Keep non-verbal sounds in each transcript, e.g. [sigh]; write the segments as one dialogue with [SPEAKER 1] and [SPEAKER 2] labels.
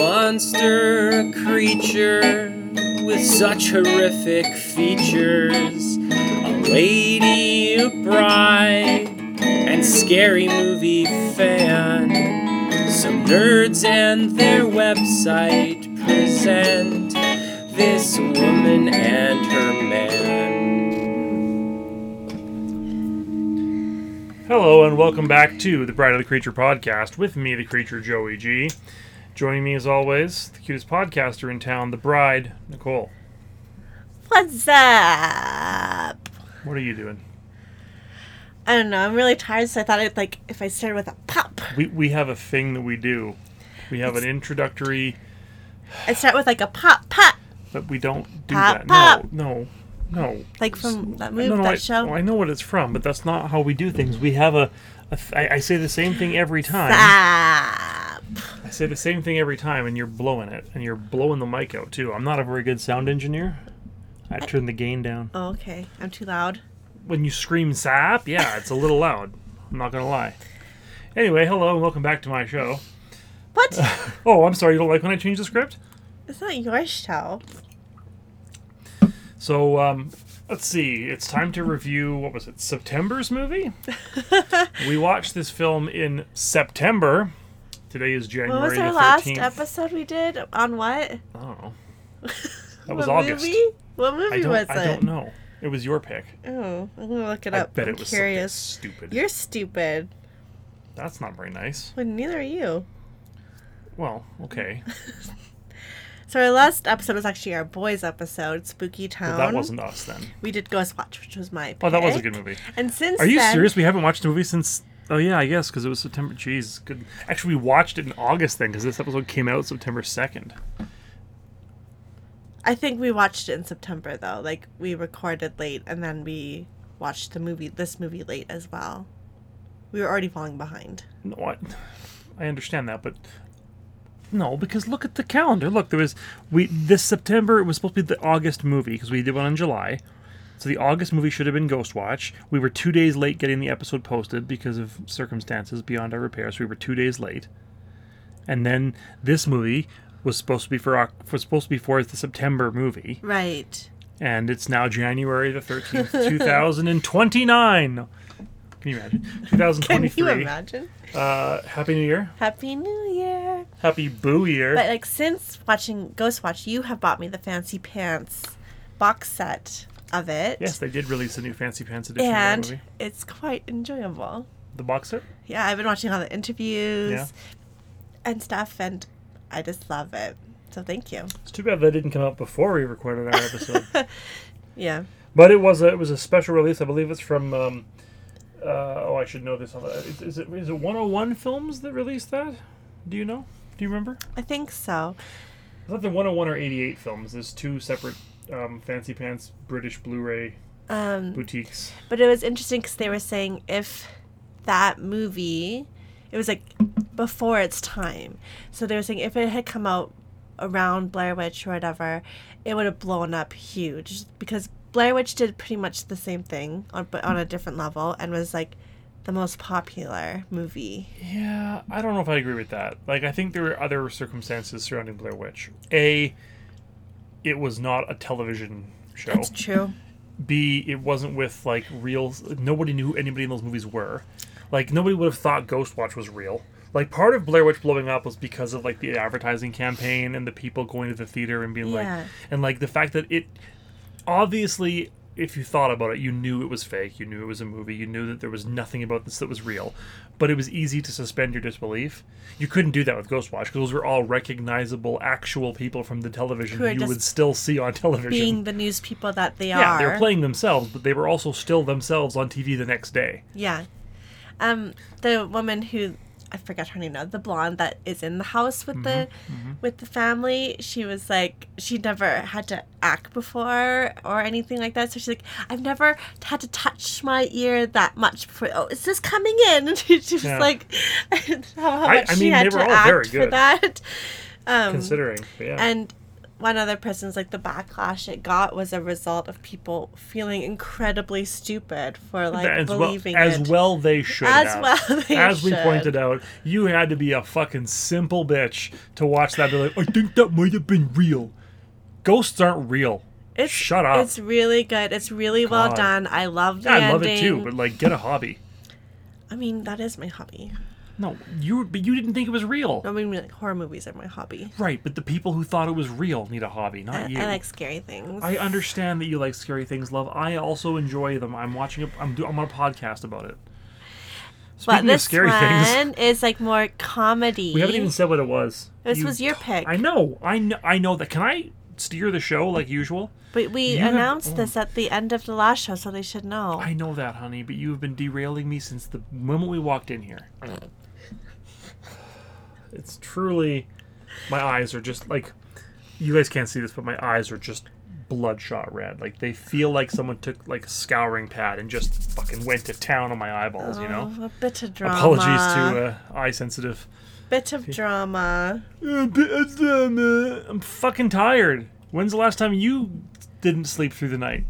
[SPEAKER 1] monster, a creature with such horrific features. A lady, a bride, and scary movie fan. Some nerds and their website present this woman and her man.
[SPEAKER 2] Hello and welcome back to the Bride of the Creature podcast with me, the creature Joey G. Joining me as always, the cutest podcaster in town, the bride, Nicole.
[SPEAKER 3] What's up?
[SPEAKER 2] What are you doing?
[SPEAKER 3] I don't know. I'm really tired, so I thought I'd like if I started with a pop.
[SPEAKER 2] We, we have a thing that we do. We have an introductory,
[SPEAKER 3] I start with like a pop pop,
[SPEAKER 2] but we don't do
[SPEAKER 3] Pop,
[SPEAKER 2] that.
[SPEAKER 3] pop.
[SPEAKER 2] No, no, no.
[SPEAKER 3] like from that
[SPEAKER 2] No,
[SPEAKER 3] movie,
[SPEAKER 2] no,
[SPEAKER 3] that
[SPEAKER 2] I,
[SPEAKER 3] show.
[SPEAKER 2] well, I know what it's from, but that's not how we do things. We have a. a th- I, I say the same thing every time.
[SPEAKER 3] Zap.
[SPEAKER 2] I say the same thing every time, and you're blowing it, and you're blowing the mic out too. I'm not a very good sound engineer. I turn the gain down.
[SPEAKER 3] Oh, okay, I'm too loud.
[SPEAKER 2] when you scream sap, yeah, it's a little loud. I'm not gonna lie. Anyway, hello and welcome back to my show.
[SPEAKER 3] What?
[SPEAKER 2] [laughs] Oh, I'm sorry, you don't like when I change the script?
[SPEAKER 3] it's not your show.
[SPEAKER 2] So, um, let's see. It's time to review what was it? September's
[SPEAKER 3] [laughs]
[SPEAKER 2] movie. we watched this film in September. Today is January
[SPEAKER 3] What was our
[SPEAKER 2] the
[SPEAKER 3] last
[SPEAKER 2] 13th.
[SPEAKER 3] episode we did on what?
[SPEAKER 2] I don't know. That was
[SPEAKER 3] what
[SPEAKER 2] August.
[SPEAKER 3] Movie? What
[SPEAKER 2] I
[SPEAKER 3] movie
[SPEAKER 2] don't,
[SPEAKER 3] was it?
[SPEAKER 2] I don't know. It was your pick.
[SPEAKER 3] Oh, I'm gonna look it
[SPEAKER 2] I
[SPEAKER 3] up.
[SPEAKER 2] bet
[SPEAKER 3] I'm
[SPEAKER 2] it was something
[SPEAKER 3] curious.
[SPEAKER 2] stupid.
[SPEAKER 3] You're stupid.
[SPEAKER 2] That's not very nice.
[SPEAKER 3] Well, neither are you.
[SPEAKER 2] Well, okay.
[SPEAKER 3] So our last episode was actually our boys episode, Spooky Town.
[SPEAKER 2] But that wasn't us then.
[SPEAKER 3] We did Ghost Watch, which was my. Pick.
[SPEAKER 2] Oh, that was a good movie.
[SPEAKER 3] And since
[SPEAKER 2] Are you
[SPEAKER 3] then,
[SPEAKER 2] serious? We haven't watched the movie since. Oh yeah, I guess because it was September. Jeez, good. Actually, we watched it in August then because this episode came out September second.
[SPEAKER 3] I think we watched it in September though. Like we recorded late, and then we watched the movie, this movie late as well. We were already falling behind.
[SPEAKER 2] No, I, I understand that, but no, because look at the calendar. Look, there was we this September it was supposed to be the August movie because we did one in July. So the August movie should have been Ghost Watch. We were two days late getting the episode posted because of circumstances beyond our repair. So we were two days late, and then this movie was supposed to be for Oc- was supposed to be for the September movie.
[SPEAKER 3] Right.
[SPEAKER 2] and it's now January the 13th, 2029. Can you
[SPEAKER 3] [laughs]
[SPEAKER 2] imagine?
[SPEAKER 3] Can
[SPEAKER 2] 2023.
[SPEAKER 3] you imagine?
[SPEAKER 2] Uh, Happy New Year.
[SPEAKER 3] Happy New Year!
[SPEAKER 2] Happy Boo Year.
[SPEAKER 3] But like since watching Ghost Watch, you have bought me the fancy pants box set of it.
[SPEAKER 2] yes, they did release a new Fancy Pants edition of that
[SPEAKER 3] And
[SPEAKER 2] movie.
[SPEAKER 3] it's quite enjoyable.
[SPEAKER 2] The box set?
[SPEAKER 3] Yeah, I've been watching all the interviews
[SPEAKER 2] Yeah.
[SPEAKER 3] and stuff, and I just love it. So thank you.
[SPEAKER 2] It's too bad that didn't come out before we recorded our episode.
[SPEAKER 3] [laughs] Yeah.
[SPEAKER 2] but it was a, it was a special release. I believe it's from. Um, uh, oh, I should know this. Is, is it is it 101 Films that released that? Do you know? Do you remember?
[SPEAKER 3] I think so.
[SPEAKER 2] It's not the 101 or 88 films. There's two separate um, Fancy Pants British Blu-ray
[SPEAKER 3] Um,
[SPEAKER 2] boutiques.
[SPEAKER 3] but it was interesting because they were saying if that movie, it was like before its time. So they were saying if it had come out around Blair Witch or whatever, it would have blown up huge because Blair Witch did pretty much the same thing on but on a different level and was like the most popular movie.
[SPEAKER 2] Yeah, I don't know if I agree with that. Like, I think there were other circumstances surrounding Blair Witch. A, it was not a television show.
[SPEAKER 3] That's true.
[SPEAKER 2] B, it wasn't with like real. Nobody knew who anybody in those movies were. Like nobody would have thought Ghost Watch was real. Like part of Blair Witch blowing up was because of like the advertising campaign and the people going to the theater and being
[SPEAKER 3] Yeah.
[SPEAKER 2] like, and like the fact that it obviously, if you thought about it, you knew it was fake. You knew it was a movie. You knew that there was nothing about this that was real. But it was easy to suspend your disbelief. You couldn't do that with Ghost Watch because those were all recognizable, actual people from the television
[SPEAKER 3] Who are
[SPEAKER 2] you
[SPEAKER 3] just
[SPEAKER 2] would still see on [laughs] television
[SPEAKER 3] Being the news people that they
[SPEAKER 2] yeah,
[SPEAKER 3] are.
[SPEAKER 2] they were playing themselves, but they were also still themselves on TV the next day.
[SPEAKER 3] Yeah. Um, the woman who I forget her name now, the blonde that is in the house with the
[SPEAKER 2] Mm-hmm.
[SPEAKER 3] with the family, she was like she never had to act before or anything like that. So she's like, I've never had to touch my ear that much before. Oh, is this coming in? [laughs] And she, she was
[SPEAKER 2] Yeah.
[SPEAKER 3] like how, how
[SPEAKER 2] I-
[SPEAKER 3] much
[SPEAKER 2] I
[SPEAKER 3] she
[SPEAKER 2] mean,
[SPEAKER 3] had
[SPEAKER 2] they were
[SPEAKER 3] to
[SPEAKER 2] all
[SPEAKER 3] act
[SPEAKER 2] very
[SPEAKER 3] for
[SPEAKER 2] good.
[SPEAKER 3] that. Um
[SPEAKER 2] Considering, but yeah,
[SPEAKER 3] and one other person's like the backlash it got was a result of people feeling incredibly stupid for like
[SPEAKER 2] as well,
[SPEAKER 3] believing
[SPEAKER 2] as
[SPEAKER 3] it.
[SPEAKER 2] well they should
[SPEAKER 3] As
[SPEAKER 2] have.
[SPEAKER 3] well they
[SPEAKER 2] as we
[SPEAKER 3] should.
[SPEAKER 2] pointed out you had to be a fucking simple bitch to watch that and be like i think that might have been real ghosts aren't real
[SPEAKER 3] It's,
[SPEAKER 2] shut up
[SPEAKER 3] It's really good. It's really
[SPEAKER 2] God.
[SPEAKER 3] well done. I love the
[SPEAKER 2] i
[SPEAKER 3] ending.
[SPEAKER 2] love it too but like get a hobby
[SPEAKER 3] I mean, that is my hobby.
[SPEAKER 2] no you but you didn't think it was real
[SPEAKER 3] I mean, like horror movies are my hobby.
[SPEAKER 2] right but the people who thought it was real need a hobby not
[SPEAKER 3] I,
[SPEAKER 2] you
[SPEAKER 3] I like scary things.
[SPEAKER 2] I understand that you like scary things, love. I also enjoy them. I'm watching. A, I'm do, I'm on a podcast about it.
[SPEAKER 3] but
[SPEAKER 2] Speaking
[SPEAKER 3] this
[SPEAKER 2] of scary
[SPEAKER 3] one
[SPEAKER 2] things,
[SPEAKER 3] is like more comedy.
[SPEAKER 2] [laughs] we haven't even said what it was.
[SPEAKER 3] This
[SPEAKER 2] You-
[SPEAKER 3] was your pick.
[SPEAKER 2] I know. I know. I know that. Can I steer the show like usual?
[SPEAKER 3] but we
[SPEAKER 2] you have-
[SPEAKER 3] announced
[SPEAKER 2] oh.
[SPEAKER 3] this at the end of the last show, so they should know.
[SPEAKER 2] I know that, honey. But you have been derailing me since the moment we walked in here. It's truly. My eyes are just like. You guys can't see this, but my eyes are just bloodshot red. Like they feel like someone took like a scouring pad and just fucking went to town on my eyeballs. You know.
[SPEAKER 3] Oh, a bit of drama.
[SPEAKER 2] Apologies to uh, eye sensitive. uh,
[SPEAKER 3] bit of drama.
[SPEAKER 2] I'm fucking tired. When's the last time you didn't sleep through the night?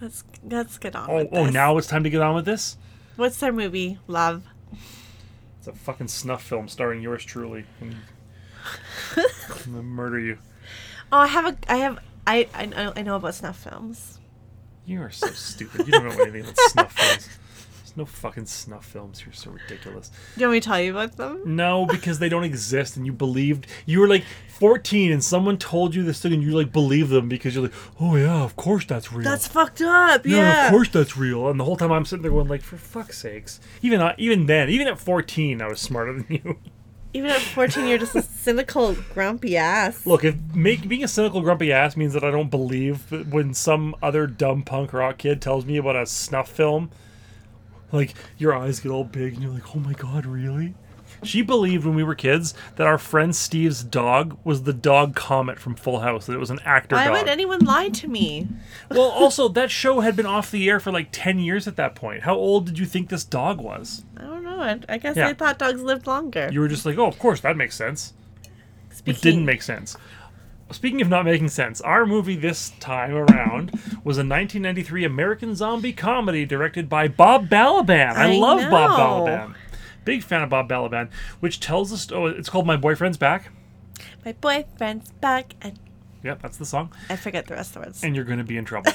[SPEAKER 3] Let's let's get on.
[SPEAKER 2] Oh,
[SPEAKER 3] with
[SPEAKER 2] oh,
[SPEAKER 3] this.
[SPEAKER 2] now it's time to get on with this.
[SPEAKER 3] What's their movie? Love.
[SPEAKER 2] It's a fucking snuff film starring yours truly. And I'm gonna murder you.
[SPEAKER 3] Oh, I have a. I have. I I know, I know about snuff films.
[SPEAKER 2] You are so stupid. You don't know anything about snuff films. There's no fucking snuff films. You're so ridiculous.
[SPEAKER 3] Do you want me to tell you about them?
[SPEAKER 2] No, because they don't exist, and you believed you were like 14, and someone told you this thing, and you like believed them because you're like, oh yeah, of course that's real.
[SPEAKER 3] That's fucked up. Yeah.
[SPEAKER 2] yeah, of course that's real. And the whole time I'm sitting there going, like, for fuck's sakes. Even I, even then, even at 14, I was smarter than you. [laughs]
[SPEAKER 3] Even at 14, you're just a cynical, grumpy ass.
[SPEAKER 2] Look, if make, being a cynical, grumpy ass means that I don't believe that when some other dumb punk rock kid tells me about a snuff film, like your eyes get all big and you're like, oh my god, really? She believed when we were kids that our friend Steve's dog was the dog Comet from Full House, that it was an actor
[SPEAKER 3] Why
[SPEAKER 2] dog.
[SPEAKER 3] would anyone lie to me?
[SPEAKER 2] well, also, that show had been off the air for like 10 years at that point. How old did you think this dog was?
[SPEAKER 3] I don't know. I, I guess
[SPEAKER 2] Yeah.
[SPEAKER 3] I thought dogs lived longer.
[SPEAKER 2] You were just like, oh, of course, that makes sense.
[SPEAKER 3] Speaking,
[SPEAKER 2] It didn't make sense. Speaking of not making sense, our movie this time around was a 1993 American zombie comedy directed by Bob Balaban. I,
[SPEAKER 3] I
[SPEAKER 2] love Bob
[SPEAKER 3] know.
[SPEAKER 2] Balaban. Big fan of Bob Balaban, which tells the story. It's called My Boyfriend's Back.
[SPEAKER 3] My boyfriend's back, and
[SPEAKER 2] Yep, that's the song.
[SPEAKER 3] I forget the rest of the words.
[SPEAKER 2] And you're going to be in
[SPEAKER 3] [laughs]
[SPEAKER 2] trouble.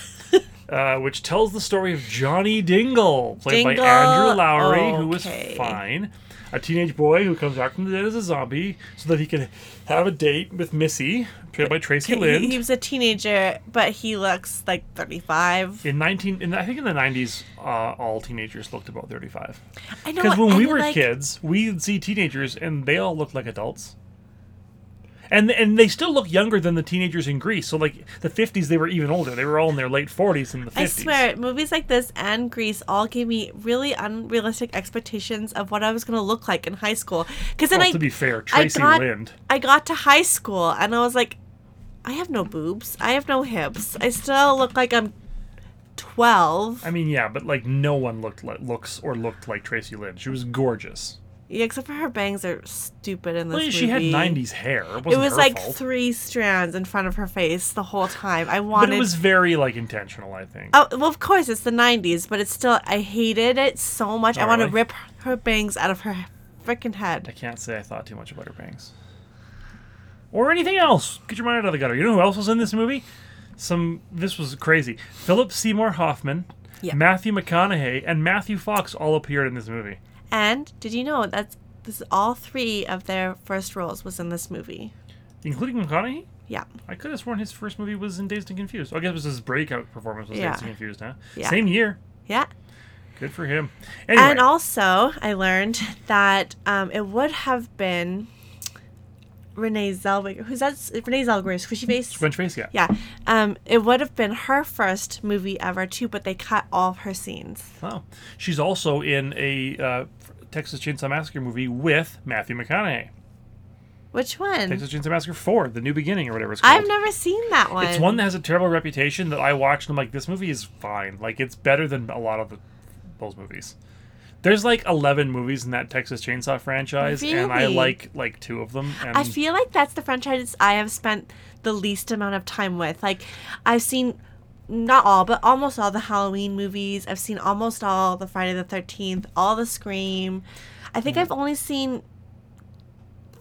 [SPEAKER 2] uh, which tells the story of Johnny Dingle, played by
[SPEAKER 3] Dingle,
[SPEAKER 2] Andrew Lowry, who was
[SPEAKER 3] okay.
[SPEAKER 2] fine, a teenage boy who comes back from the dead as a zombie so that he can have a date with Missy, played by Tracy Lynn.
[SPEAKER 3] He, he was a teenager, but he looks like 35.
[SPEAKER 2] in 19 in, i think in the 90s uh, all teenagers looked about 35
[SPEAKER 3] I know.
[SPEAKER 2] because when we
[SPEAKER 3] and,
[SPEAKER 2] were
[SPEAKER 3] like,
[SPEAKER 2] kids we'd see teenagers and they all looked like adults and and they still look younger than the teenagers in greece so like the 50s they were even older they were all in their late 40s and the 50s
[SPEAKER 3] I swear, movies like this and Grease all gave me really unrealistic expectations of what I was going to look like in high school. Because then
[SPEAKER 2] well,
[SPEAKER 3] I,
[SPEAKER 2] to be fair
[SPEAKER 3] I
[SPEAKER 2] tracy
[SPEAKER 3] got-
[SPEAKER 2] lind
[SPEAKER 3] I got to high school and I was like, I have no boobs. I have no hips. I still look like I'm 12.
[SPEAKER 2] i mean yeah but like no one looked like looks or looked like tracy lind she was gorgeous
[SPEAKER 3] Yeah, except for her bangs are stupid in this
[SPEAKER 2] well,
[SPEAKER 3] movie.
[SPEAKER 2] she had 90s hair it,
[SPEAKER 3] It
[SPEAKER 2] wasn't
[SPEAKER 3] was
[SPEAKER 2] her
[SPEAKER 3] like
[SPEAKER 2] fault.
[SPEAKER 3] three strands in front of her face the whole time. I
[SPEAKER 2] but
[SPEAKER 3] wanted.
[SPEAKER 2] it was very like intentional i think
[SPEAKER 3] Oh, well, of course, it's the 90s, but it's still. I hated it so much.
[SPEAKER 2] Oh,
[SPEAKER 3] I want to
[SPEAKER 2] really?
[SPEAKER 3] rip her bangs out of her freaking
[SPEAKER 2] I
[SPEAKER 3] head.
[SPEAKER 2] can't say I thought too much about her bangs. Or anything else. Get your mind out of the gutter. You know who else was in this movie? Some this was crazy. Philip Seymour Hoffman,
[SPEAKER 3] Yeah.
[SPEAKER 2] Matthew McConaughey, and Matthew Fox all appeared in this movie.
[SPEAKER 3] And did you know that's this? All three of their first roles was in this movie.
[SPEAKER 2] Including McConaughey?
[SPEAKER 3] Yeah.
[SPEAKER 2] I could have sworn his first movie was in Dazed and Confused. Oh, I guess it was his breakout performance was
[SPEAKER 3] Yeah.
[SPEAKER 2] Dazed and Confused, huh?
[SPEAKER 3] Yeah.
[SPEAKER 2] Same year.
[SPEAKER 3] Yeah.
[SPEAKER 2] Good for him. Anyway,
[SPEAKER 3] And also, I learned that um, it would have been Renee Zellweger. Who's that? Renee Zellweger, Squishy Face.
[SPEAKER 2] French face, yeah.
[SPEAKER 3] Yeah. Um, it would have been her first movie ever too, but they cut all of her scenes.
[SPEAKER 2] Wow. She's also in a uh, Texas Chainsaw Massacre movie with Matthew McConaughey.
[SPEAKER 3] Mm-hmm. Which one?
[SPEAKER 2] Texas Chainsaw Massacre 4, The New Beginning or whatever it's called.
[SPEAKER 3] I've never seen that one.
[SPEAKER 2] It's one that has a terrible reputation that I watched and I'm like, this movie is fine. Like it's better than a lot of the, those movies. There's like 11 movies in that Texas Chainsaw franchise, and I
[SPEAKER 3] Really?
[SPEAKER 2] like like two of them. And
[SPEAKER 3] I feel like that's the franchise I have spent the least amount of time with. Like, I've seen not all, but almost all the Halloween movies. I've seen almost all the Friday the 13th, all the Scream. I
[SPEAKER 2] Mm.
[SPEAKER 3] think I've only seen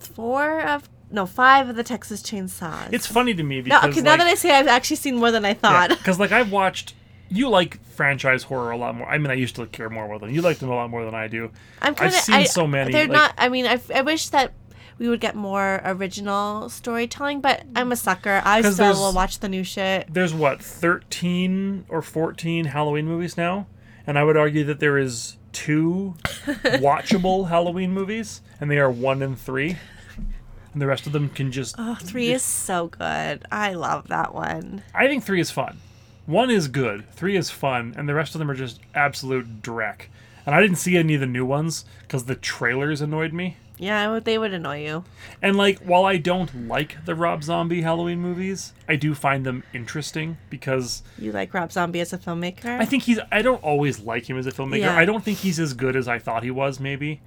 [SPEAKER 3] four of, no, five of the Texas Chainsaws.
[SPEAKER 2] it's funny to me
[SPEAKER 3] no,
[SPEAKER 2] because
[SPEAKER 3] okay, now
[SPEAKER 2] like-
[SPEAKER 3] that I say I've actually seen more than
[SPEAKER 2] [laughs]
[SPEAKER 3] I thought. [laughs]
[SPEAKER 2] Because like I've watched, you like franchise horror a lot more. I mean, I used to care more about them. You like them a lot more than I do.
[SPEAKER 3] I'm kind
[SPEAKER 2] I've
[SPEAKER 3] of.
[SPEAKER 2] seen
[SPEAKER 3] I,
[SPEAKER 2] so many.
[SPEAKER 3] They're
[SPEAKER 2] like,
[SPEAKER 3] not. I mean, I, I wish that we would get more original storytelling, but I'm a sucker. I
[SPEAKER 2] 'Cause
[SPEAKER 3] still
[SPEAKER 2] there's-
[SPEAKER 3] will watch the new shit.
[SPEAKER 2] There's what 13 or 14 Halloween movies now, and I would argue that there is two watchable Halloween movies, and they are one and three, and the rest of them can just.
[SPEAKER 3] Oh, three is so good. I love that one.
[SPEAKER 2] I think three is fun. One is good, three is fun, and the rest of them are just absolute dreck. And I didn't see any of the new ones because the trailers annoyed me.
[SPEAKER 3] Yeah, I would- they would annoy you.
[SPEAKER 2] And like, while I don't like the Rob Zombie Halloween movies, I do find them interesting because
[SPEAKER 3] You like Rob Zombie as a filmmaker?
[SPEAKER 2] I think he's. I don't always like him as a filmmaker.
[SPEAKER 3] Yeah.
[SPEAKER 2] I don't think he's as good as I thought he was. Maybe.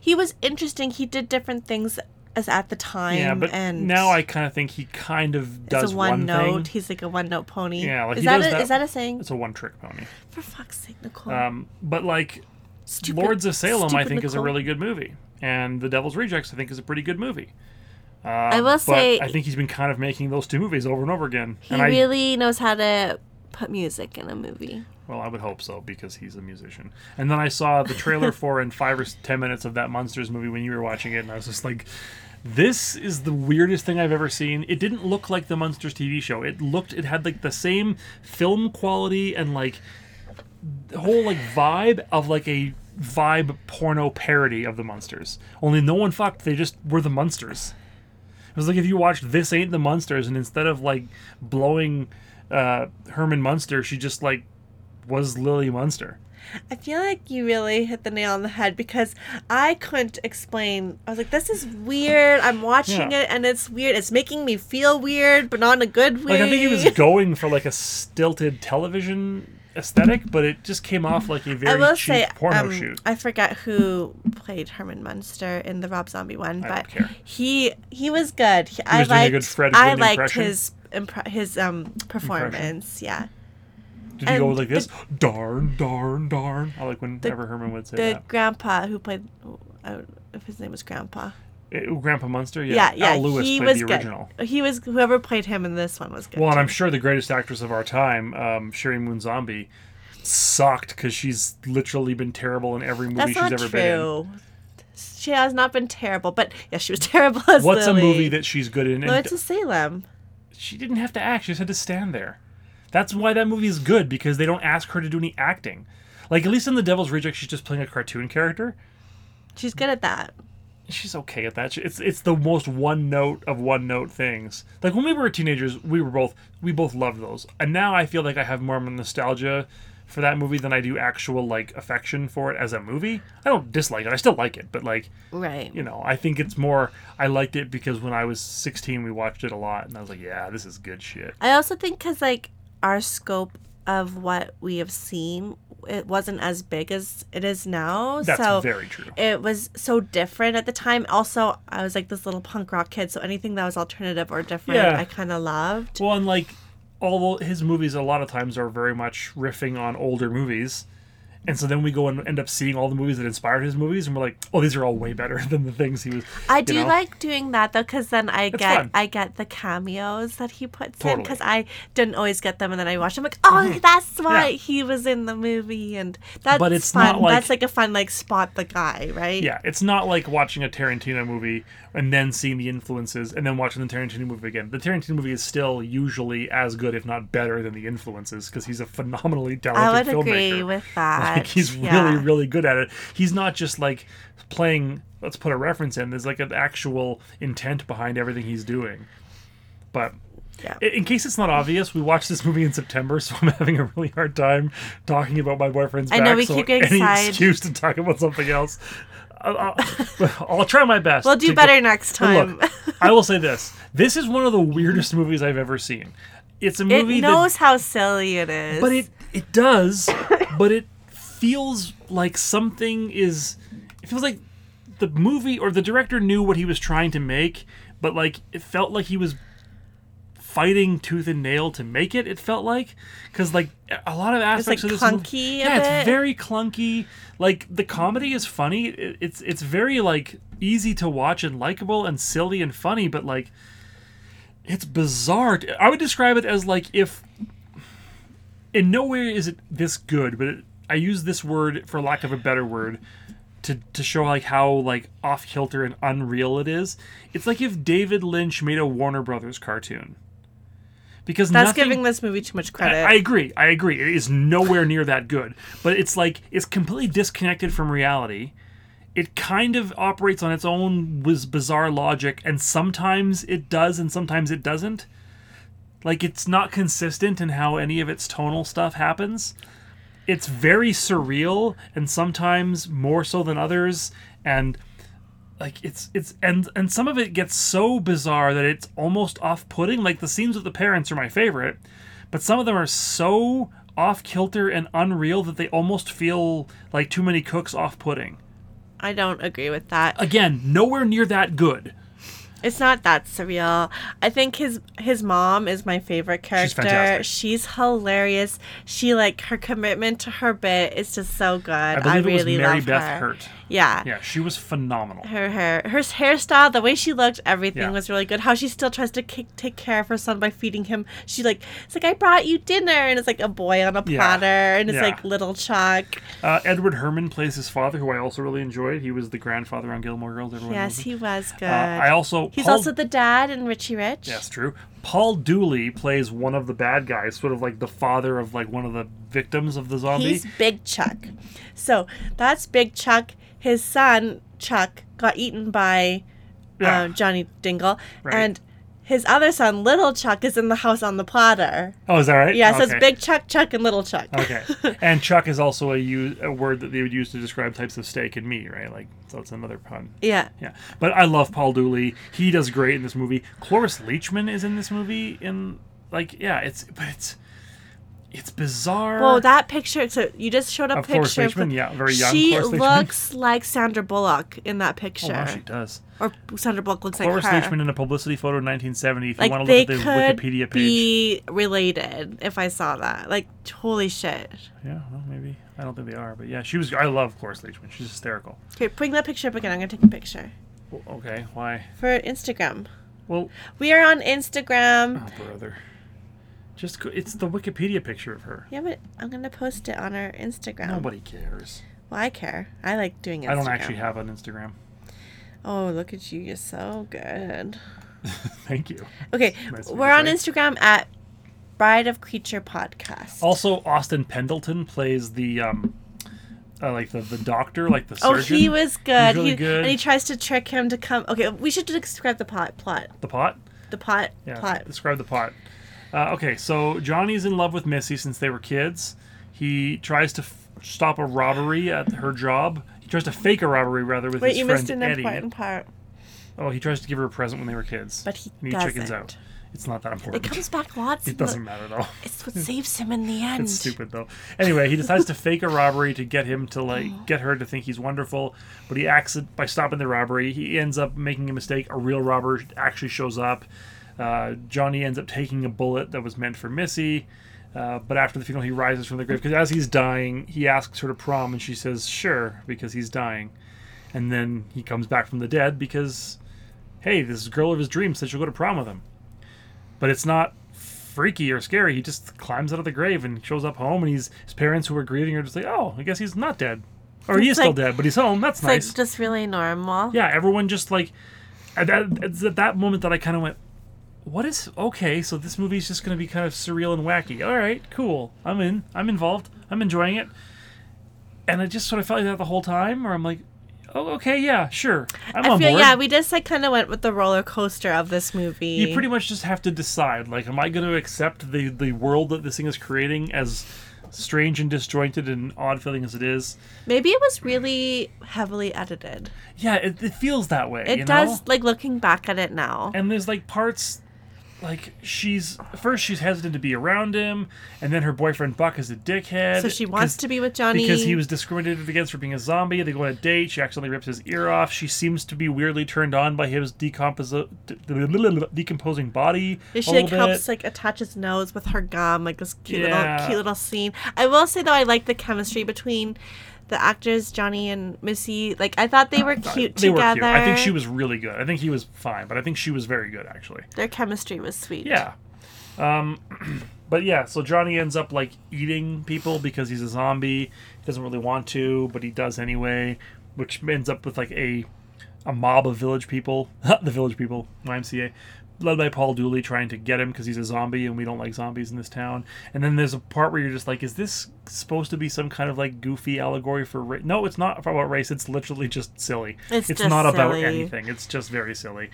[SPEAKER 3] he was interesting. He did different things as at the time.
[SPEAKER 2] yeah, but
[SPEAKER 3] and
[SPEAKER 2] now I kind of think he kind of
[SPEAKER 3] It's
[SPEAKER 2] does
[SPEAKER 3] a one, note.
[SPEAKER 2] thing.
[SPEAKER 3] He's like a one note pony.
[SPEAKER 2] Yeah, like
[SPEAKER 3] is
[SPEAKER 2] he
[SPEAKER 3] that,
[SPEAKER 2] does
[SPEAKER 3] a,
[SPEAKER 2] that-
[SPEAKER 3] is that a saying?
[SPEAKER 2] It's a one-trick pony.
[SPEAKER 3] For fuck's sake, Nicole.
[SPEAKER 2] Um, but like,
[SPEAKER 3] Stupid-
[SPEAKER 2] Lords of Salem, I
[SPEAKER 3] stupid
[SPEAKER 2] think, is a
[SPEAKER 3] Nicole.
[SPEAKER 2] really good movie, and The Devil's Rejects, I think, is a pretty good movie. Uh,
[SPEAKER 3] I will
[SPEAKER 2] but
[SPEAKER 3] say-
[SPEAKER 2] I think he's been kind of making those two movies over and over again.
[SPEAKER 3] He
[SPEAKER 2] and I
[SPEAKER 3] really knows how to put music in a movie.
[SPEAKER 2] Well, I would hope so because he's a musician. And then I saw the trailer for and five or s- ten minutes of that monsters movie when you were watching it, and I was just like, "This is the weirdest thing I've ever seen." It didn't look like the monsters TV show. It looked, it had like the same film quality and like the whole like vibe of like a vibe porno parody of the monsters. Only no one fucked. They just were the monsters. It was like if you watched This Ain't the Monsters, and instead of like blowing uh, Herman Munster, she just like was Lily Munster.
[SPEAKER 3] I feel like you really hit the nail on the head because I couldn't explain. I was like, this is weird. I'm watching
[SPEAKER 2] Yeah.
[SPEAKER 3] it and it's weird. It's making me feel weird, but not in a good way. [laughs]
[SPEAKER 2] Like I think he was going for like a stilted television aesthetic, but it just came off like a
[SPEAKER 3] I
[SPEAKER 2] very
[SPEAKER 3] will
[SPEAKER 2] cheap
[SPEAKER 3] say,
[SPEAKER 2] porno
[SPEAKER 3] um,
[SPEAKER 2] shoot.
[SPEAKER 3] I forgot who played Herman Munster in the Rob Zombie one,
[SPEAKER 2] I
[SPEAKER 3] but
[SPEAKER 2] don't care.
[SPEAKER 3] he he was good. He, I
[SPEAKER 2] was doing a
[SPEAKER 3] liked,
[SPEAKER 2] good Fred
[SPEAKER 3] I
[SPEAKER 2] Wynn
[SPEAKER 3] liked
[SPEAKER 2] impression.
[SPEAKER 3] his impre- his um performance. Yeah,
[SPEAKER 2] Did he go
[SPEAKER 3] and
[SPEAKER 2] like
[SPEAKER 3] the-
[SPEAKER 2] this? darn, darn, darn. I like whenever Herman would say
[SPEAKER 3] the
[SPEAKER 2] that.
[SPEAKER 3] grandpa who played. I don't know if his name was Grandpa.
[SPEAKER 2] Eh, Grandpa Munster, yeah,
[SPEAKER 3] Yeah, yeah.
[SPEAKER 2] Al Lewis
[SPEAKER 3] he
[SPEAKER 2] played
[SPEAKER 3] was
[SPEAKER 2] the original.
[SPEAKER 3] good. He was whoever played him in this one was good.
[SPEAKER 2] Well, and
[SPEAKER 3] too.
[SPEAKER 2] I'm sure the greatest actress of our time, um, Sherry Moon Zombie, sucked because she's literally been terrible in every movie
[SPEAKER 3] That's
[SPEAKER 2] she's
[SPEAKER 3] not
[SPEAKER 2] ever been in.
[SPEAKER 3] true. She has not been terrible, but yeah, she was [laughs] terrible as
[SPEAKER 2] What's
[SPEAKER 3] Lily.
[SPEAKER 2] a movie that she's good in? And
[SPEAKER 3] Lords of Salem.
[SPEAKER 2] she didn't have to act. She just had to stand there. That's why that movie is good because they don't ask her to do any acting. Like at least in The Devil's Reject, she's just playing a cartoon character.
[SPEAKER 3] She's good at that.
[SPEAKER 2] She's okay at that. She- It's it's the most one note of one note things. Like when we were teenagers, we were both we both loved those. And now I feel like I have more nostalgia for that movie than I do actual like affection for it as a movie. I don't dislike it. I still like it, but like
[SPEAKER 3] Right.
[SPEAKER 2] you know, I think it's more I liked it because when I was 16, we watched it a lot, and I was like, yeah, this is good shit.
[SPEAKER 3] I also think because like our scope of what we have seen, it wasn't as big as it is now.
[SPEAKER 2] That's
[SPEAKER 3] so
[SPEAKER 2] very true.
[SPEAKER 3] it was so different at the time. Also, I was like this little punk rock kid, so anything that was alternative or different,
[SPEAKER 2] Yeah.
[SPEAKER 3] I kind of loved.
[SPEAKER 2] Well, and like, although his movies a lot of times are very much riffing on older movies, and so then we go and end up seeing all the movies that inspired his movies, and we're like, oh, these are all way better [laughs] than the things he was.
[SPEAKER 3] I
[SPEAKER 2] you
[SPEAKER 3] do
[SPEAKER 2] know?
[SPEAKER 3] like doing that though, because then I get
[SPEAKER 2] fun.
[SPEAKER 3] I get the cameos that he puts in 'cause in,
[SPEAKER 2] Totally. Mm-hmm.
[SPEAKER 3] because I didn't always get them, and then I watch them like, oh, that's why
[SPEAKER 2] Yeah.
[SPEAKER 3] he was in the movie, and that's
[SPEAKER 2] But it's
[SPEAKER 3] fun.
[SPEAKER 2] not like-
[SPEAKER 3] that's like a fun like spot the guy, right?
[SPEAKER 2] Yeah, it's not like watching a Tarantino movie and then seeing the influences and then watching the Tarantino movie again. The Tarantino movie is still usually as good, if not better, than the influences because he's a phenomenally
[SPEAKER 3] I
[SPEAKER 2] talented
[SPEAKER 3] would
[SPEAKER 2] filmmaker.
[SPEAKER 3] agree with that.
[SPEAKER 2] [laughs] Like he's
[SPEAKER 3] Yeah.
[SPEAKER 2] really, really good at it. He's not just like playing. Let's put a reference in. There's like an actual intent behind everything he's doing. But
[SPEAKER 3] Yeah.
[SPEAKER 2] i- in case it's not obvious, we watched this movie in September, [laughs] so I'm having a really hard time talking about my boyfriend's
[SPEAKER 3] I
[SPEAKER 2] back.
[SPEAKER 3] know, we
[SPEAKER 2] so
[SPEAKER 3] keep getting
[SPEAKER 2] any
[SPEAKER 3] side-
[SPEAKER 2] excuse to talk about something else. I'll, [laughs] I'll- I'll try my best.
[SPEAKER 3] We'll do
[SPEAKER 2] to
[SPEAKER 3] better
[SPEAKER 2] get-
[SPEAKER 3] next
[SPEAKER 2] But
[SPEAKER 3] time. [laughs]
[SPEAKER 2] Look, I will say this: this is one of the weirdest movies I've ever seen. It's a
[SPEAKER 3] it
[SPEAKER 2] movie that
[SPEAKER 3] knows how silly it is.
[SPEAKER 2] but it it does, but it feels like something is. It feels like the movie or the director knew what he was trying to make, but like it felt like he was fighting tooth and nail to make it. It felt like because like a lot of aspects
[SPEAKER 3] like,
[SPEAKER 2] of this mov-
[SPEAKER 3] clunky a
[SPEAKER 2] yeah,
[SPEAKER 3] bit.
[SPEAKER 2] it's very clunky. Like the comedy is funny. It, it's it's very like easy to watch and likable and silly and funny, but like it's bizarre. I would describe it as like if in nowhere is it this good, but it, I use this word for lack of a better word to to show like how like off kilter and unreal it is. It's like if David Lynch made a Warner Brothers cartoon. Because
[SPEAKER 3] That's
[SPEAKER 2] nothing,
[SPEAKER 3] giving this movie too much credit.
[SPEAKER 2] I, I agree. I agree. It is nowhere near that good, but it's like it's completely disconnected from reality. It kind of operates on its own wiz- bizarre logic, and sometimes it does, and sometimes it doesn't. Like it's not consistent in how any of its tonal stuff happens. It's very surreal, and sometimes more so than others, and like it's it's and and some of it gets so bizarre that it's almost off-putting like the scenes with the parents are my favorite but some of them are so off-kilter and unreal that they almost feel like too many cooks off-putting
[SPEAKER 3] I don't agree with that.
[SPEAKER 2] again nowhere near that good
[SPEAKER 3] It's not that surreal. I think his his mom is my favorite
[SPEAKER 2] She's
[SPEAKER 3] character.
[SPEAKER 2] fantastic.
[SPEAKER 3] She's hilarious. She like her commitment to her bit is just so good. I,
[SPEAKER 2] i believe
[SPEAKER 3] really
[SPEAKER 2] it was mary
[SPEAKER 3] love
[SPEAKER 2] beth
[SPEAKER 3] her.
[SPEAKER 2] hurt
[SPEAKER 3] Yeah.
[SPEAKER 2] yeah she was phenomenal
[SPEAKER 3] Her hair, her hairstyle, the way she looked, everything
[SPEAKER 2] Yeah.
[SPEAKER 3] was really good. How she still tries to kick, take care of her son by feeding him. She like, it's like I brought you dinner, and it's like a boy on a
[SPEAKER 2] Yeah.
[SPEAKER 3] platter, and it's
[SPEAKER 2] Yeah.
[SPEAKER 3] like little Chuck.
[SPEAKER 2] uh, edward herman plays his father who i also really enjoyed he was the grandfather on gilmore girls everyone
[SPEAKER 3] Yes,
[SPEAKER 2] knows him.
[SPEAKER 3] he was good.
[SPEAKER 2] uh, i also
[SPEAKER 3] He's
[SPEAKER 2] Paul-
[SPEAKER 3] also the dad in Richie Rich.
[SPEAKER 2] That's true. Paul Dooley plays one of the bad guys, sort of like the father of like one of the victims of the zombie.
[SPEAKER 3] He's Big Chuck. So that's Big Chuck. His son, Chuck, got eaten by
[SPEAKER 2] Yeah.
[SPEAKER 3] um, Johnny Dingle.
[SPEAKER 2] Right.
[SPEAKER 3] And his other son, Little Chuck, is in the house on the platter.
[SPEAKER 2] oh, is that right?
[SPEAKER 3] Yeah, so
[SPEAKER 2] Okay.
[SPEAKER 3] it's Big Chuck, Chuck, and Little Chuck.
[SPEAKER 2] Okay. And Chuck is also a, u- a word that they would use to describe types of steak and meat, right? Like, so it's another pun.
[SPEAKER 3] [laughs] yeah.
[SPEAKER 2] Yeah. But I love Paul Dooley. He does great in this movie. Cloris Leachman is in this movie. In like, yeah, it's but it's it's bizarre.
[SPEAKER 3] Well, that picture, so you just showed a
[SPEAKER 2] Of Cloris
[SPEAKER 3] picture.
[SPEAKER 2] Leachman? Yeah, very young
[SPEAKER 3] She
[SPEAKER 2] Cloris Leachman.
[SPEAKER 3] looks like Sandra Bullock in that
[SPEAKER 2] oh,
[SPEAKER 3] picture.
[SPEAKER 2] wow, she does.
[SPEAKER 3] or Sandra Bullock looks
[SPEAKER 2] Cloris
[SPEAKER 3] like her.
[SPEAKER 2] Leachman in a publicity photo in 1970. If you
[SPEAKER 3] like
[SPEAKER 2] want to
[SPEAKER 3] they
[SPEAKER 2] look at the
[SPEAKER 3] could
[SPEAKER 2] Wikipedia page,
[SPEAKER 3] be related if I saw that. Like, holy shit.
[SPEAKER 2] Yeah, well, maybe. I don't think they are, but yeah, she was. I love Cloris Leachman. She's hysterical.
[SPEAKER 3] Okay, bring that picture up again. I'm gonna take a picture
[SPEAKER 2] Well, okay, why?
[SPEAKER 3] for Instagram.
[SPEAKER 2] Well,
[SPEAKER 3] We are on Instagram.
[SPEAKER 2] oh, brother. Just go, it's the Wikipedia picture of her.
[SPEAKER 3] Yeah, but I'm gonna post it on our Instagram.
[SPEAKER 2] Nobody cares.
[SPEAKER 3] Well, I care. I like doing Instagram.
[SPEAKER 2] I don't actually have an Instagram. [laughs]
[SPEAKER 3] Oh, look at you! You're so good.
[SPEAKER 2] Thank you.
[SPEAKER 3] Okay,
[SPEAKER 2] Nice of you
[SPEAKER 3] we're
[SPEAKER 2] to
[SPEAKER 3] on
[SPEAKER 2] say.
[SPEAKER 3] Instagram at Bride of Creature Podcast.
[SPEAKER 2] Also, Austin Pendleton plays the um, uh, like the the doctor, like the
[SPEAKER 3] oh,
[SPEAKER 2] surgeon.
[SPEAKER 3] he was good.
[SPEAKER 2] He's really
[SPEAKER 3] he,
[SPEAKER 2] good.
[SPEAKER 3] And he tries to trick him to come. Okay, we should describe the pot plot.
[SPEAKER 2] the pot.
[SPEAKER 3] The pot
[SPEAKER 2] Yeah.
[SPEAKER 3] plot.
[SPEAKER 2] Describe the pot. Uh, okay, so Johnny's in love with Missy since they were kids. He tries to f- stop a robbery at her job. He tries to fake a robbery rather with
[SPEAKER 3] Wait,
[SPEAKER 2] his
[SPEAKER 3] you
[SPEAKER 2] friend
[SPEAKER 3] missed an
[SPEAKER 2] Eddie.
[SPEAKER 3] important part.
[SPEAKER 2] Oh, he tries to give her a present when they were kids.
[SPEAKER 3] But he
[SPEAKER 2] and he chickens
[SPEAKER 3] doesn't.
[SPEAKER 2] out. It's not that
[SPEAKER 3] It
[SPEAKER 2] important.
[SPEAKER 3] comes back
[SPEAKER 2] [laughs]
[SPEAKER 3] lots.
[SPEAKER 2] it
[SPEAKER 3] in the-
[SPEAKER 2] doesn't matter though.
[SPEAKER 3] It's what saves him in the end.
[SPEAKER 2] It's stupid though. Anyway, he decides to fake a robbery to get him to like get her to think he's wonderful, but he acts by stopping the robbery. He ends up making a mistake. A real robber actually shows up. Uh, Johnny ends up taking a bullet that was meant for Missy. Uh, but after the funeral, he rises from the grave because as he's dying, he asks her to prom, and she says sure because he's dying. And then he comes back from the dead because, hey, this girl of his dreams said she'll go to prom with him. But it's not freaky or scary. He just climbs out of the grave and shows up home, and he's his parents who were grieving are just like, oh, I guess he's not dead, or he is
[SPEAKER 3] It's
[SPEAKER 2] still
[SPEAKER 3] like-
[SPEAKER 2] dead, but he's home. That's
[SPEAKER 3] It's
[SPEAKER 2] nice.
[SPEAKER 3] like just really normal.
[SPEAKER 2] yeah, everyone just like at that it's at that moment that I kind of went, what is okay? So this movie's just going to be kind of surreal and wacky. All right, cool. I'm in. I'm involved. I'm enjoying it. And I just sort of felt like that the whole time, where I'm like, oh, okay, yeah, sure, I'm
[SPEAKER 3] I
[SPEAKER 2] on
[SPEAKER 3] feel
[SPEAKER 2] board.
[SPEAKER 3] yeah, we just like kind of went with the roller coaster of this movie.
[SPEAKER 2] you pretty much just have to decide like am i going to accept the the world that this thing is creating as strange and disjointed and odd feeling as it is
[SPEAKER 3] Maybe it was really heavily edited.
[SPEAKER 2] yeah it, it feels that way
[SPEAKER 3] It
[SPEAKER 2] you
[SPEAKER 3] does
[SPEAKER 2] know?
[SPEAKER 3] like looking back at it now.
[SPEAKER 2] and there's like parts like she's first she's hesitant to be around him, and then her boyfriend Buck is a dickhead.
[SPEAKER 3] So she
[SPEAKER 2] 'cause-
[SPEAKER 3] wants to be with Johnny.
[SPEAKER 2] because he was discriminated against for being a zombie. They go on a date. She accidentally rips his ear off. She seems to be weirdly turned on by his decompos- de- decomposing body.
[SPEAKER 3] And she
[SPEAKER 2] a
[SPEAKER 3] like
[SPEAKER 2] little
[SPEAKER 3] helps
[SPEAKER 2] bit.
[SPEAKER 3] like attach his nose with her gum, like this cute
[SPEAKER 2] Yeah.
[SPEAKER 3] little cute little scene. I will say though, I like the chemistry between the actors Johnny and Missy. Like I thought they were cute
[SPEAKER 2] They were
[SPEAKER 3] together.
[SPEAKER 2] cute. I think she was really good. I think he was fine, but I think she was very good actually.
[SPEAKER 3] Their chemistry was sweet.
[SPEAKER 2] Yeah. Um, [clears throat] but yeah, so Johnny ends up like eating people because he's a zombie. He doesn't really want to, but he does anyway, which ends up with like a a mob of village people, [laughs] the village people, YMCA, led by Paul Dooley trying to get him because he's a zombie and we don't like zombies in this town. And then there's a part where you're just like, is this supposed to be some kind of like goofy allegory for race? No, it's not about race. It's literally just silly.
[SPEAKER 3] It's just
[SPEAKER 2] not about
[SPEAKER 3] silly.
[SPEAKER 2] anything. It's just very silly.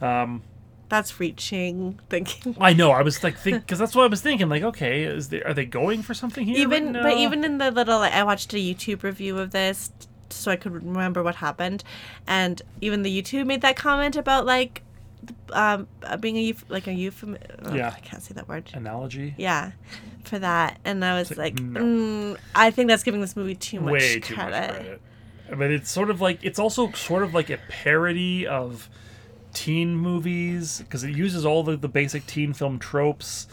[SPEAKER 2] Um,
[SPEAKER 3] That's reaching thinking.
[SPEAKER 2] I know. I was like, because that's what I was thinking. Like, okay, is there, are they going for something here?
[SPEAKER 3] even
[SPEAKER 2] no.
[SPEAKER 3] but even in the little like, I watched a YouTube review of this t- so I could remember what happened, and even the YouTube made that comment about like um uh, being a euph- like a euphem. oh,
[SPEAKER 2] Yeah.
[SPEAKER 3] I can't say that word.
[SPEAKER 2] analogy,
[SPEAKER 3] Yeah, for that, and I was
[SPEAKER 2] like,
[SPEAKER 3] like,
[SPEAKER 2] no.
[SPEAKER 3] mm, I think that's giving this movie too much
[SPEAKER 2] way too
[SPEAKER 3] credit.
[SPEAKER 2] much credit. But it's sort of like it's also sort of like a parody of teen movies because it uses all the, the basic teen film tropes.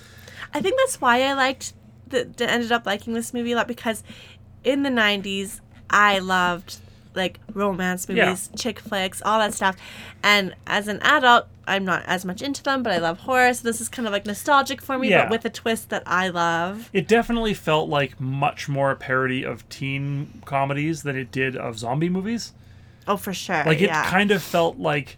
[SPEAKER 3] I think that's why I liked that that ended up liking this movie a lot because in the 90s I loved like romance
[SPEAKER 2] Yeah.
[SPEAKER 3] movies, chick flicks, all that stuff. And as an adult, I'm not as much into them, but I love horror, so this is kind of like nostalgic for me
[SPEAKER 2] Yeah.
[SPEAKER 3] but with a twist that I love.
[SPEAKER 2] It definitely felt like much more a parody of teen comedies than it did of zombie movies.
[SPEAKER 3] Oh, for sure.
[SPEAKER 2] Like it
[SPEAKER 3] yeah.
[SPEAKER 2] kind of felt like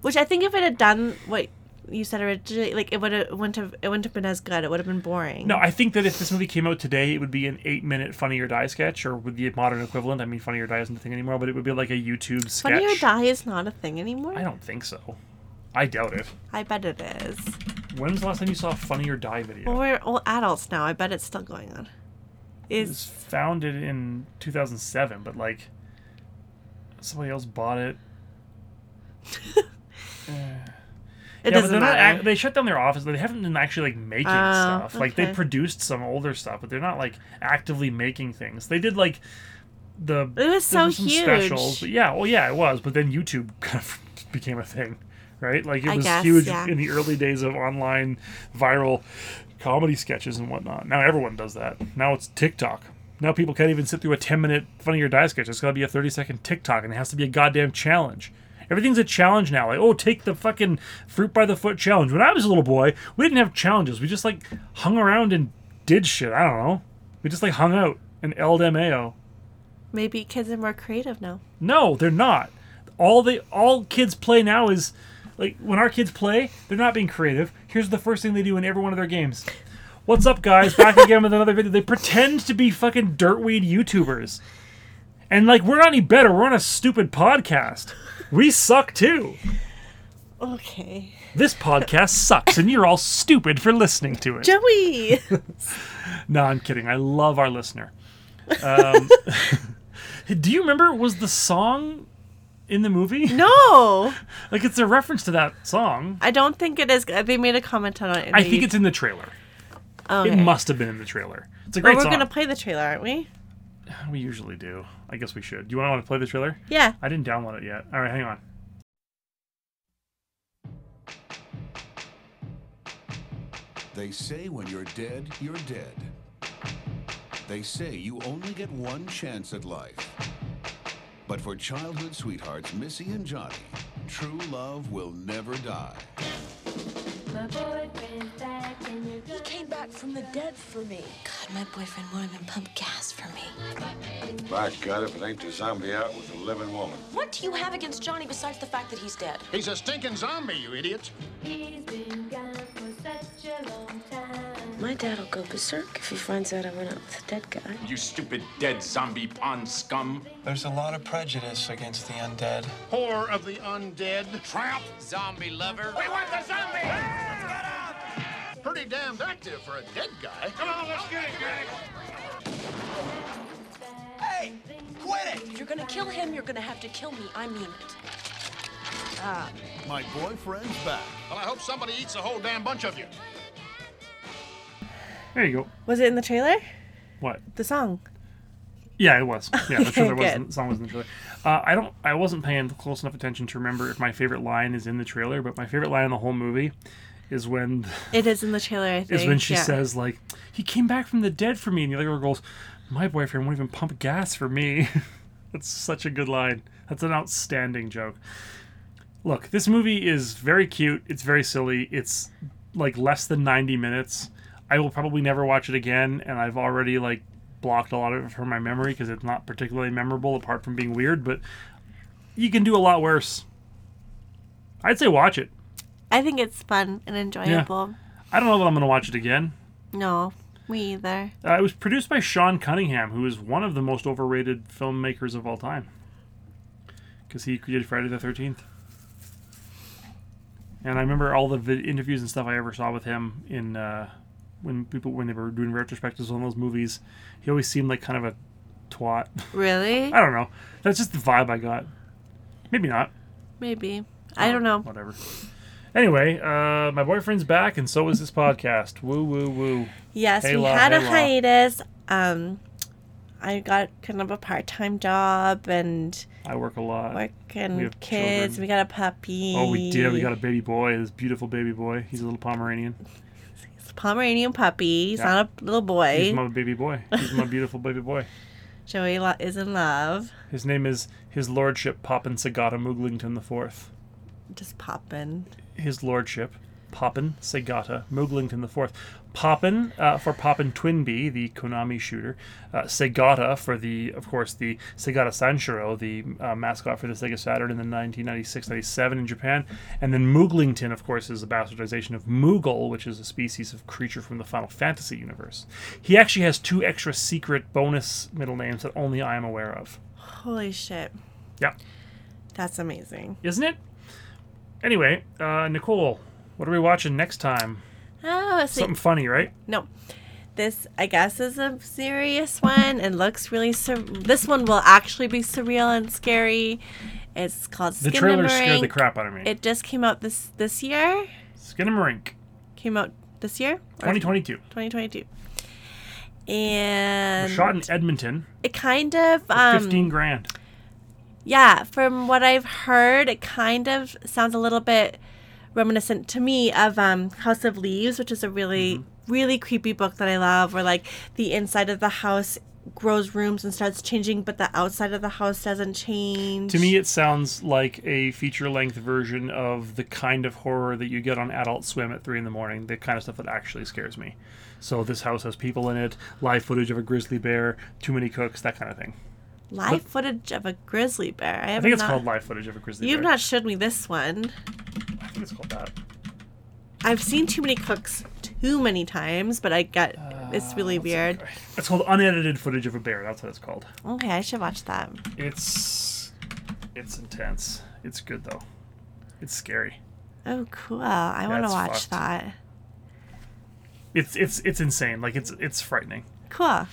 [SPEAKER 3] Which I think if it had done what you said originally, like it would have wouldn't have it wouldn't have been as good. It would have been boring.
[SPEAKER 2] No, I think that if this movie came out today, it would be an eight-minute Funny or Die sketch, or with the modern equivalent. I mean, Funny or Die isn't a thing anymore, but it would be like a YouTube sketch.
[SPEAKER 3] Funny or Die is not a thing anymore.
[SPEAKER 2] I don't think so. I doubt it.
[SPEAKER 3] I bet it is.
[SPEAKER 2] When's the last time you saw a Funny or Die video?
[SPEAKER 3] Well, we're all adults now. I bet it's still going on.
[SPEAKER 2] it was
[SPEAKER 3] Is
[SPEAKER 2] founded in 2007, but like somebody else bought it.
[SPEAKER 3] it
[SPEAKER 2] yeah, but
[SPEAKER 3] doesn't
[SPEAKER 2] they're not.
[SPEAKER 3] matter.
[SPEAKER 2] act- they shut down their office. They haven't been actually like making
[SPEAKER 3] Oh,
[SPEAKER 2] stuff. Like they
[SPEAKER 3] okay.
[SPEAKER 2] produced some older stuff, but they're not like actively making things. They did like the.
[SPEAKER 3] It was
[SPEAKER 2] there
[SPEAKER 3] so
[SPEAKER 2] were some
[SPEAKER 3] huge.
[SPEAKER 2] Specials, but yeah, well, yeah, it was. But then YouTube [laughs] kind of became a thing, right? Like it
[SPEAKER 3] I
[SPEAKER 2] was
[SPEAKER 3] guess,
[SPEAKER 2] huge
[SPEAKER 3] yeah.
[SPEAKER 2] in the early days of online viral comedy sketches and whatnot. Now everyone does that. Now it's TikTok. Now people can't even sit through a ten-minute Funny or Die sketch. It's got to be a thirty-second TikTok, and it has to be a goddamn challenge. Everything's a challenge now. Like, oh, take the fucking fruit by the foot challenge. When I was a little boy, we didn't have challenges. We just like hung around and did shit. I don't know. We just like hung out and eld mao.
[SPEAKER 3] Maybe kids are more creative now.
[SPEAKER 2] No, they're not. All they all kids play now is like when our kids play, they're not being creative. Here's the first thing they do in every one of their games. What's up, guys? Back again with another video. They pretend to be fucking dirtweed YouTubers. And like we're not any better. We're on a stupid podcast. We suck too.
[SPEAKER 3] Okay,
[SPEAKER 2] This podcast sucks, and you're all stupid for listening to it.
[SPEAKER 4] [laughs]
[SPEAKER 3] Joey.
[SPEAKER 2] No, I'm kidding. I love our listener. Um, [laughs] do you remember was the song in the movie?
[SPEAKER 3] no,
[SPEAKER 2] Like it's a reference to that song.
[SPEAKER 3] I don't think it is. They made a comment on it. In
[SPEAKER 2] I
[SPEAKER 3] the
[SPEAKER 2] think
[SPEAKER 3] YouTube-
[SPEAKER 2] it's in the trailer.
[SPEAKER 3] Okay.
[SPEAKER 2] It must have been in the trailer. It's a
[SPEAKER 3] But
[SPEAKER 2] great
[SPEAKER 3] we're
[SPEAKER 2] song.
[SPEAKER 3] gonna play the trailer, aren't we?
[SPEAKER 2] we usually do. I guess we should. Do you want to play the trailer?
[SPEAKER 3] Yeah.
[SPEAKER 2] I didn't download it yet. All right, hang on.
[SPEAKER 5] They say when you're dead, you're dead. They say you only get one chance at life. But for childhood sweethearts Missy and Johnny, true love will never die.
[SPEAKER 6] My boyfriend's back and you're
[SPEAKER 7] He
[SPEAKER 6] good.
[SPEAKER 7] came back from the dead for me.
[SPEAKER 8] God, my boyfriend won't even pump gas for me.
[SPEAKER 9] By God, if it ain't the zombie out with a living woman.
[SPEAKER 8] What do you have against Johnny besides the fact that he's dead?
[SPEAKER 9] He's a stinking zombie, you idiot.
[SPEAKER 6] He's been gone for such a long time.
[SPEAKER 4] My dad'll go berserk if he finds out I went out with a dead guy.
[SPEAKER 10] You stupid dead zombie pond scum.
[SPEAKER 11] There's a lot of prejudice against the undead.
[SPEAKER 9] Whore of the undead. Tramp.
[SPEAKER 10] Zombie lover. Ah!
[SPEAKER 9] We want the zombie! Pretty damned active for a dead guy. Come on, let's get it, guys.
[SPEAKER 11] Hey, quit it!
[SPEAKER 8] If you're gonna kill him, you're gonna have to kill me. I mean it.
[SPEAKER 5] up. My boyfriend's back.
[SPEAKER 10] Well, I hope somebody eats a whole damn bunch of you.
[SPEAKER 2] There you go.
[SPEAKER 3] Was it in the trailer?
[SPEAKER 2] What?
[SPEAKER 3] The song.
[SPEAKER 2] Yeah, it was. Yeah,
[SPEAKER 3] [laughs]
[SPEAKER 2] the trailer was.
[SPEAKER 3] Good.
[SPEAKER 2] in- The song was in the trailer. Uh, I don't. I wasn't paying close enough attention to remember if my favorite line is in the trailer, but my favorite line in the whole movie is when
[SPEAKER 3] It is in the trailer, I think.
[SPEAKER 2] is when she
[SPEAKER 3] yeah.
[SPEAKER 2] says like, "He came back from the dead for me," and the other girl goes, "My boyfriend won't even pump gas for me." [laughs] That's such a good line. That's an outstanding joke. Look, this movie is very cute. It's very silly. It's like less than 90 minutes. I will probably never watch it again, and I've already like blocked a lot of it from my memory because it's not particularly memorable apart from being weird. But you can do a lot worse. I'd say watch it.
[SPEAKER 3] I think it's fun and enjoyable.
[SPEAKER 2] I don't know that I'm going to watch it again.
[SPEAKER 3] No, me either.
[SPEAKER 2] Uh, it was produced by Sean Cunningham, who is one of the most overrated filmmakers of all time. Because he created Friday the 13th. And I remember all the vid- interviews and stuff I ever saw with him in uh, when people when they were doing retrospectives on those movies. He always seemed like kind of a twat. [laughs]
[SPEAKER 3] Really?
[SPEAKER 2] I don't know. That's just the vibe I got. Maybe not.
[SPEAKER 3] Maybe. I don't know.
[SPEAKER 2] Whatever. Anyway, uh, my boyfriend's back, and so is this podcast. Woo, woo, woo.
[SPEAKER 3] Yes,
[SPEAKER 2] Hey
[SPEAKER 3] we
[SPEAKER 2] la,
[SPEAKER 3] had
[SPEAKER 2] hey
[SPEAKER 3] a
[SPEAKER 2] la.
[SPEAKER 3] hiatus. Um, I got kind of a part-time job and
[SPEAKER 2] I work a lot.
[SPEAKER 3] work and
[SPEAKER 2] We have
[SPEAKER 3] kids.
[SPEAKER 2] children.
[SPEAKER 3] We got a puppy.
[SPEAKER 2] Oh, we did. We got a baby boy. This beautiful baby boy. He's a little Pomeranian.
[SPEAKER 3] Pomeranian puppy. He's
[SPEAKER 2] Yeah.
[SPEAKER 3] not a little boy.
[SPEAKER 2] He's my baby boy. He's my beautiful baby boy.
[SPEAKER 3] Joey lo- is in love.
[SPEAKER 2] His name is His Lordship Poppin Sagata Mooglington the Fourth.
[SPEAKER 3] Just popping.
[SPEAKER 2] His Lordship Poppin Sagata Mooglington the Fourth. Poppin uh, for Poppin Twinbee, the Konami shooter. Uh, Sagata for the, of course, the Sagata Sanshiro, the uh, mascot for the Sega Saturn in the 1996-97 in Japan. And then Mooglington, of course, is a bastardization of Moogle, which is a species of creature from the Final Fantasy universe. He actually has two extra secret bonus middle names that only I am aware of.
[SPEAKER 3] Holy shit.
[SPEAKER 2] Yeah.
[SPEAKER 3] That's amazing.
[SPEAKER 2] Isn't it? Anyway, uh, Nicole, what are we watching next time?
[SPEAKER 3] Oh, let's see.
[SPEAKER 2] Something funny, right?
[SPEAKER 3] No. This, I guess, is a serious one and looks really. Sur- this one will actually be surreal and scary. It's called
[SPEAKER 2] The
[SPEAKER 3] Skin
[SPEAKER 2] trailer scared the crap out of me.
[SPEAKER 3] It just came out this this year.
[SPEAKER 2] Skinamarink,
[SPEAKER 3] Came out this year. Or
[SPEAKER 2] 2022.
[SPEAKER 3] 2022. And
[SPEAKER 2] Shot in Edmonton.
[SPEAKER 3] it kind of
[SPEAKER 2] for
[SPEAKER 3] um,
[SPEAKER 2] 15 grand.
[SPEAKER 3] Yeah, from what I've heard, it kind of sounds a little bit reminiscent to me of um, House of Leaves, which is a really,
[SPEAKER 2] Mm-hmm.
[SPEAKER 3] really creepy book that I love, where like the inside of the house grows rooms and starts changing, but the outside of the house doesn't change.
[SPEAKER 2] To me, it sounds like a feature length version of the kind of horror that you get on Adult Swim at 3 in the morning, the kind of stuff that actually scares me. So, this house has people in it, live footage of a grizzly bear, too many cooks, that kind of thing.
[SPEAKER 3] live footage of a grizzly bear. I,
[SPEAKER 2] I
[SPEAKER 3] have
[SPEAKER 2] think it's
[SPEAKER 3] not-
[SPEAKER 2] called live footage of a grizzly
[SPEAKER 3] You've
[SPEAKER 2] bear.
[SPEAKER 3] not showed me this one.
[SPEAKER 2] I think it's called that.
[SPEAKER 3] I've seen too many cooks too many times, but I got
[SPEAKER 2] Ah,
[SPEAKER 3] it's really weird.
[SPEAKER 2] It's called unedited footage of a bear. That's what it's called.
[SPEAKER 3] Okay, I should watch that.
[SPEAKER 2] It's it's intense. It's good though. It's scary.
[SPEAKER 3] Oh, cool! I want to
[SPEAKER 2] it's
[SPEAKER 3] watch
[SPEAKER 2] fucked.
[SPEAKER 3] that.
[SPEAKER 2] It's it's it's insane. Like it's it's frightening.
[SPEAKER 3] Cool.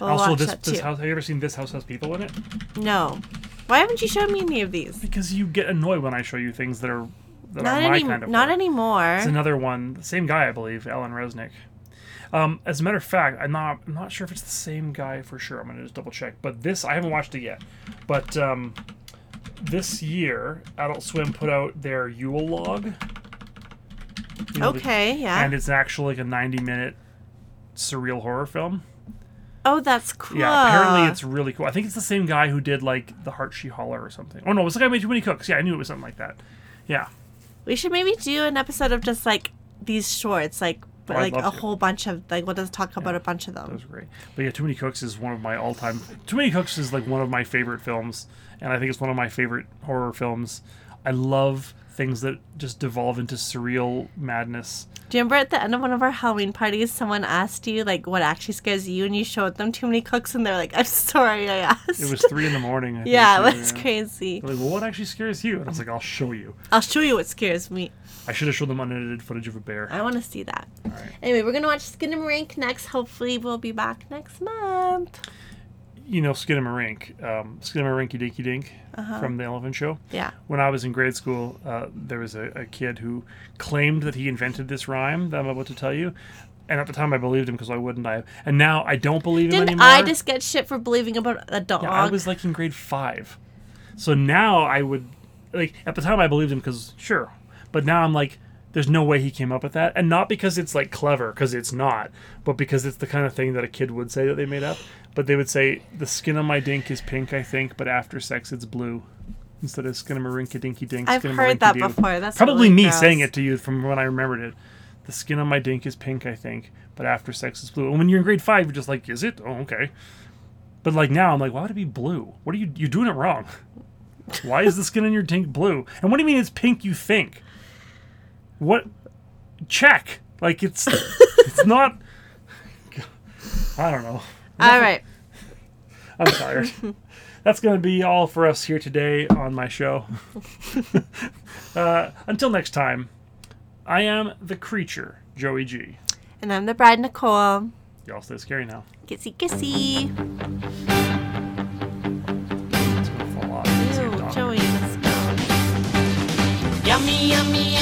[SPEAKER 3] We'll
[SPEAKER 2] also,
[SPEAKER 3] watch
[SPEAKER 2] this
[SPEAKER 3] that
[SPEAKER 2] this
[SPEAKER 3] too.
[SPEAKER 2] house. Have you ever seen this house has people in it?
[SPEAKER 3] No. Why haven't you shown me any of these?
[SPEAKER 2] Because you get annoyed when I show you things that are that
[SPEAKER 3] Not
[SPEAKER 2] are my
[SPEAKER 3] any.
[SPEAKER 2] kind of.
[SPEAKER 3] not
[SPEAKER 2] horror.
[SPEAKER 3] anymore.
[SPEAKER 2] It's another one. The same guy, I believe, Alan Resnick. Um, as a matter of fact, I'm not I'm not sure if it's the same guy for sure. I'm gonna just double check. But this I haven't watched it yet. But um, this year, Adult Swim put out their Yule log. You know, the-
[SPEAKER 3] okay. Yeah.
[SPEAKER 2] And it's actually like a 90 minute surreal horror film.
[SPEAKER 3] oh, that's cool.
[SPEAKER 2] Yeah, apparently it's really cool. I think it's the same guy who did like The Heart She Holler or something. Oh no, it was the guy who made Too Many Cooks. Yeah, I knew it was something like that. Yeah.
[SPEAKER 3] We should maybe do an episode of just like these shorts, like but
[SPEAKER 2] Oh, I'd
[SPEAKER 3] like a
[SPEAKER 2] love to.
[SPEAKER 3] whole bunch of like we'll just talk about a bunch of
[SPEAKER 2] That was
[SPEAKER 3] them.
[SPEAKER 2] great. But yeah, Too Many Cooks is one of my all time. Too Many Cooks is like one of my favorite films, and I think it's one of my favorite horror films. I love things that just devolve into surreal madness.
[SPEAKER 3] Do you remember at the end of one of our Halloween parties, someone asked you like what actually scares you, and you showed them too many cooks, and they're like, "I'm sorry, I asked."
[SPEAKER 2] It was three in the morning. I think,
[SPEAKER 3] [laughs] yeah, it
[SPEAKER 2] too,
[SPEAKER 3] was
[SPEAKER 2] yeah.
[SPEAKER 3] crazy.
[SPEAKER 2] They're like, well, what actually scares you? And I was like, I'll show you.
[SPEAKER 3] I'll show you what scares me.
[SPEAKER 2] I should have shown them unedited footage of a bear.
[SPEAKER 3] I want to see that. Anyway, we're gonna watch Skin and Rink next. Hopefully, we'll be back next month.
[SPEAKER 2] you know Skinamarink, um, Skidamarinky Dinky Dink
[SPEAKER 3] Uh-huh.
[SPEAKER 2] from the Elephant Show.
[SPEAKER 3] Yeah.
[SPEAKER 2] When I was in grade school, uh, there was a, a kid who claimed that he invented this rhyme that I'm about to tell you. And at the time, I believed him because why wouldn't I? And now I don't believe him
[SPEAKER 3] Didn't
[SPEAKER 2] anymore.
[SPEAKER 3] I just get shit for believing about a dog?
[SPEAKER 2] Yeah, I was like in grade five. So now I would, like, at the time I believed him because, sure. But now I'm like, there's no way he came up with that. And not because it's, like, clever, because it's not, but because it's the kind of thing that a kid would say that they made up. But they would say, the skin on my dink is pink, I think, but after sex it's blue. Instead of skin rinky dinky dink,
[SPEAKER 3] I've heard that before. That's
[SPEAKER 2] probably
[SPEAKER 3] really
[SPEAKER 2] me
[SPEAKER 3] gross.
[SPEAKER 2] saying it to you from when I remembered it. The skin on my dink is pink, I think, but after sex it's blue. And when you're in grade five, you're just like, is it? Oh, okay. But like now, I'm like, why would it be blue? What are you? You're doing it wrong. [laughs] Why is the skin on your dink blue? And what do you mean it's pink? You think? What? Check. Like it's [laughs] it's not. [laughs] I don't know.
[SPEAKER 3] All right.
[SPEAKER 2] I'm tired. That's going to be all for us here today on my show. uh, until next time, I am the creature, Joey G.
[SPEAKER 3] And I'm the bride, Nicole.
[SPEAKER 2] Y'all stay scary now.
[SPEAKER 3] Kissy, kissy.
[SPEAKER 2] It's going to fall off. It's gonna
[SPEAKER 3] Ew,
[SPEAKER 2] knock.
[SPEAKER 3] Joey, that's gross.
[SPEAKER 8] Yummy, yummy,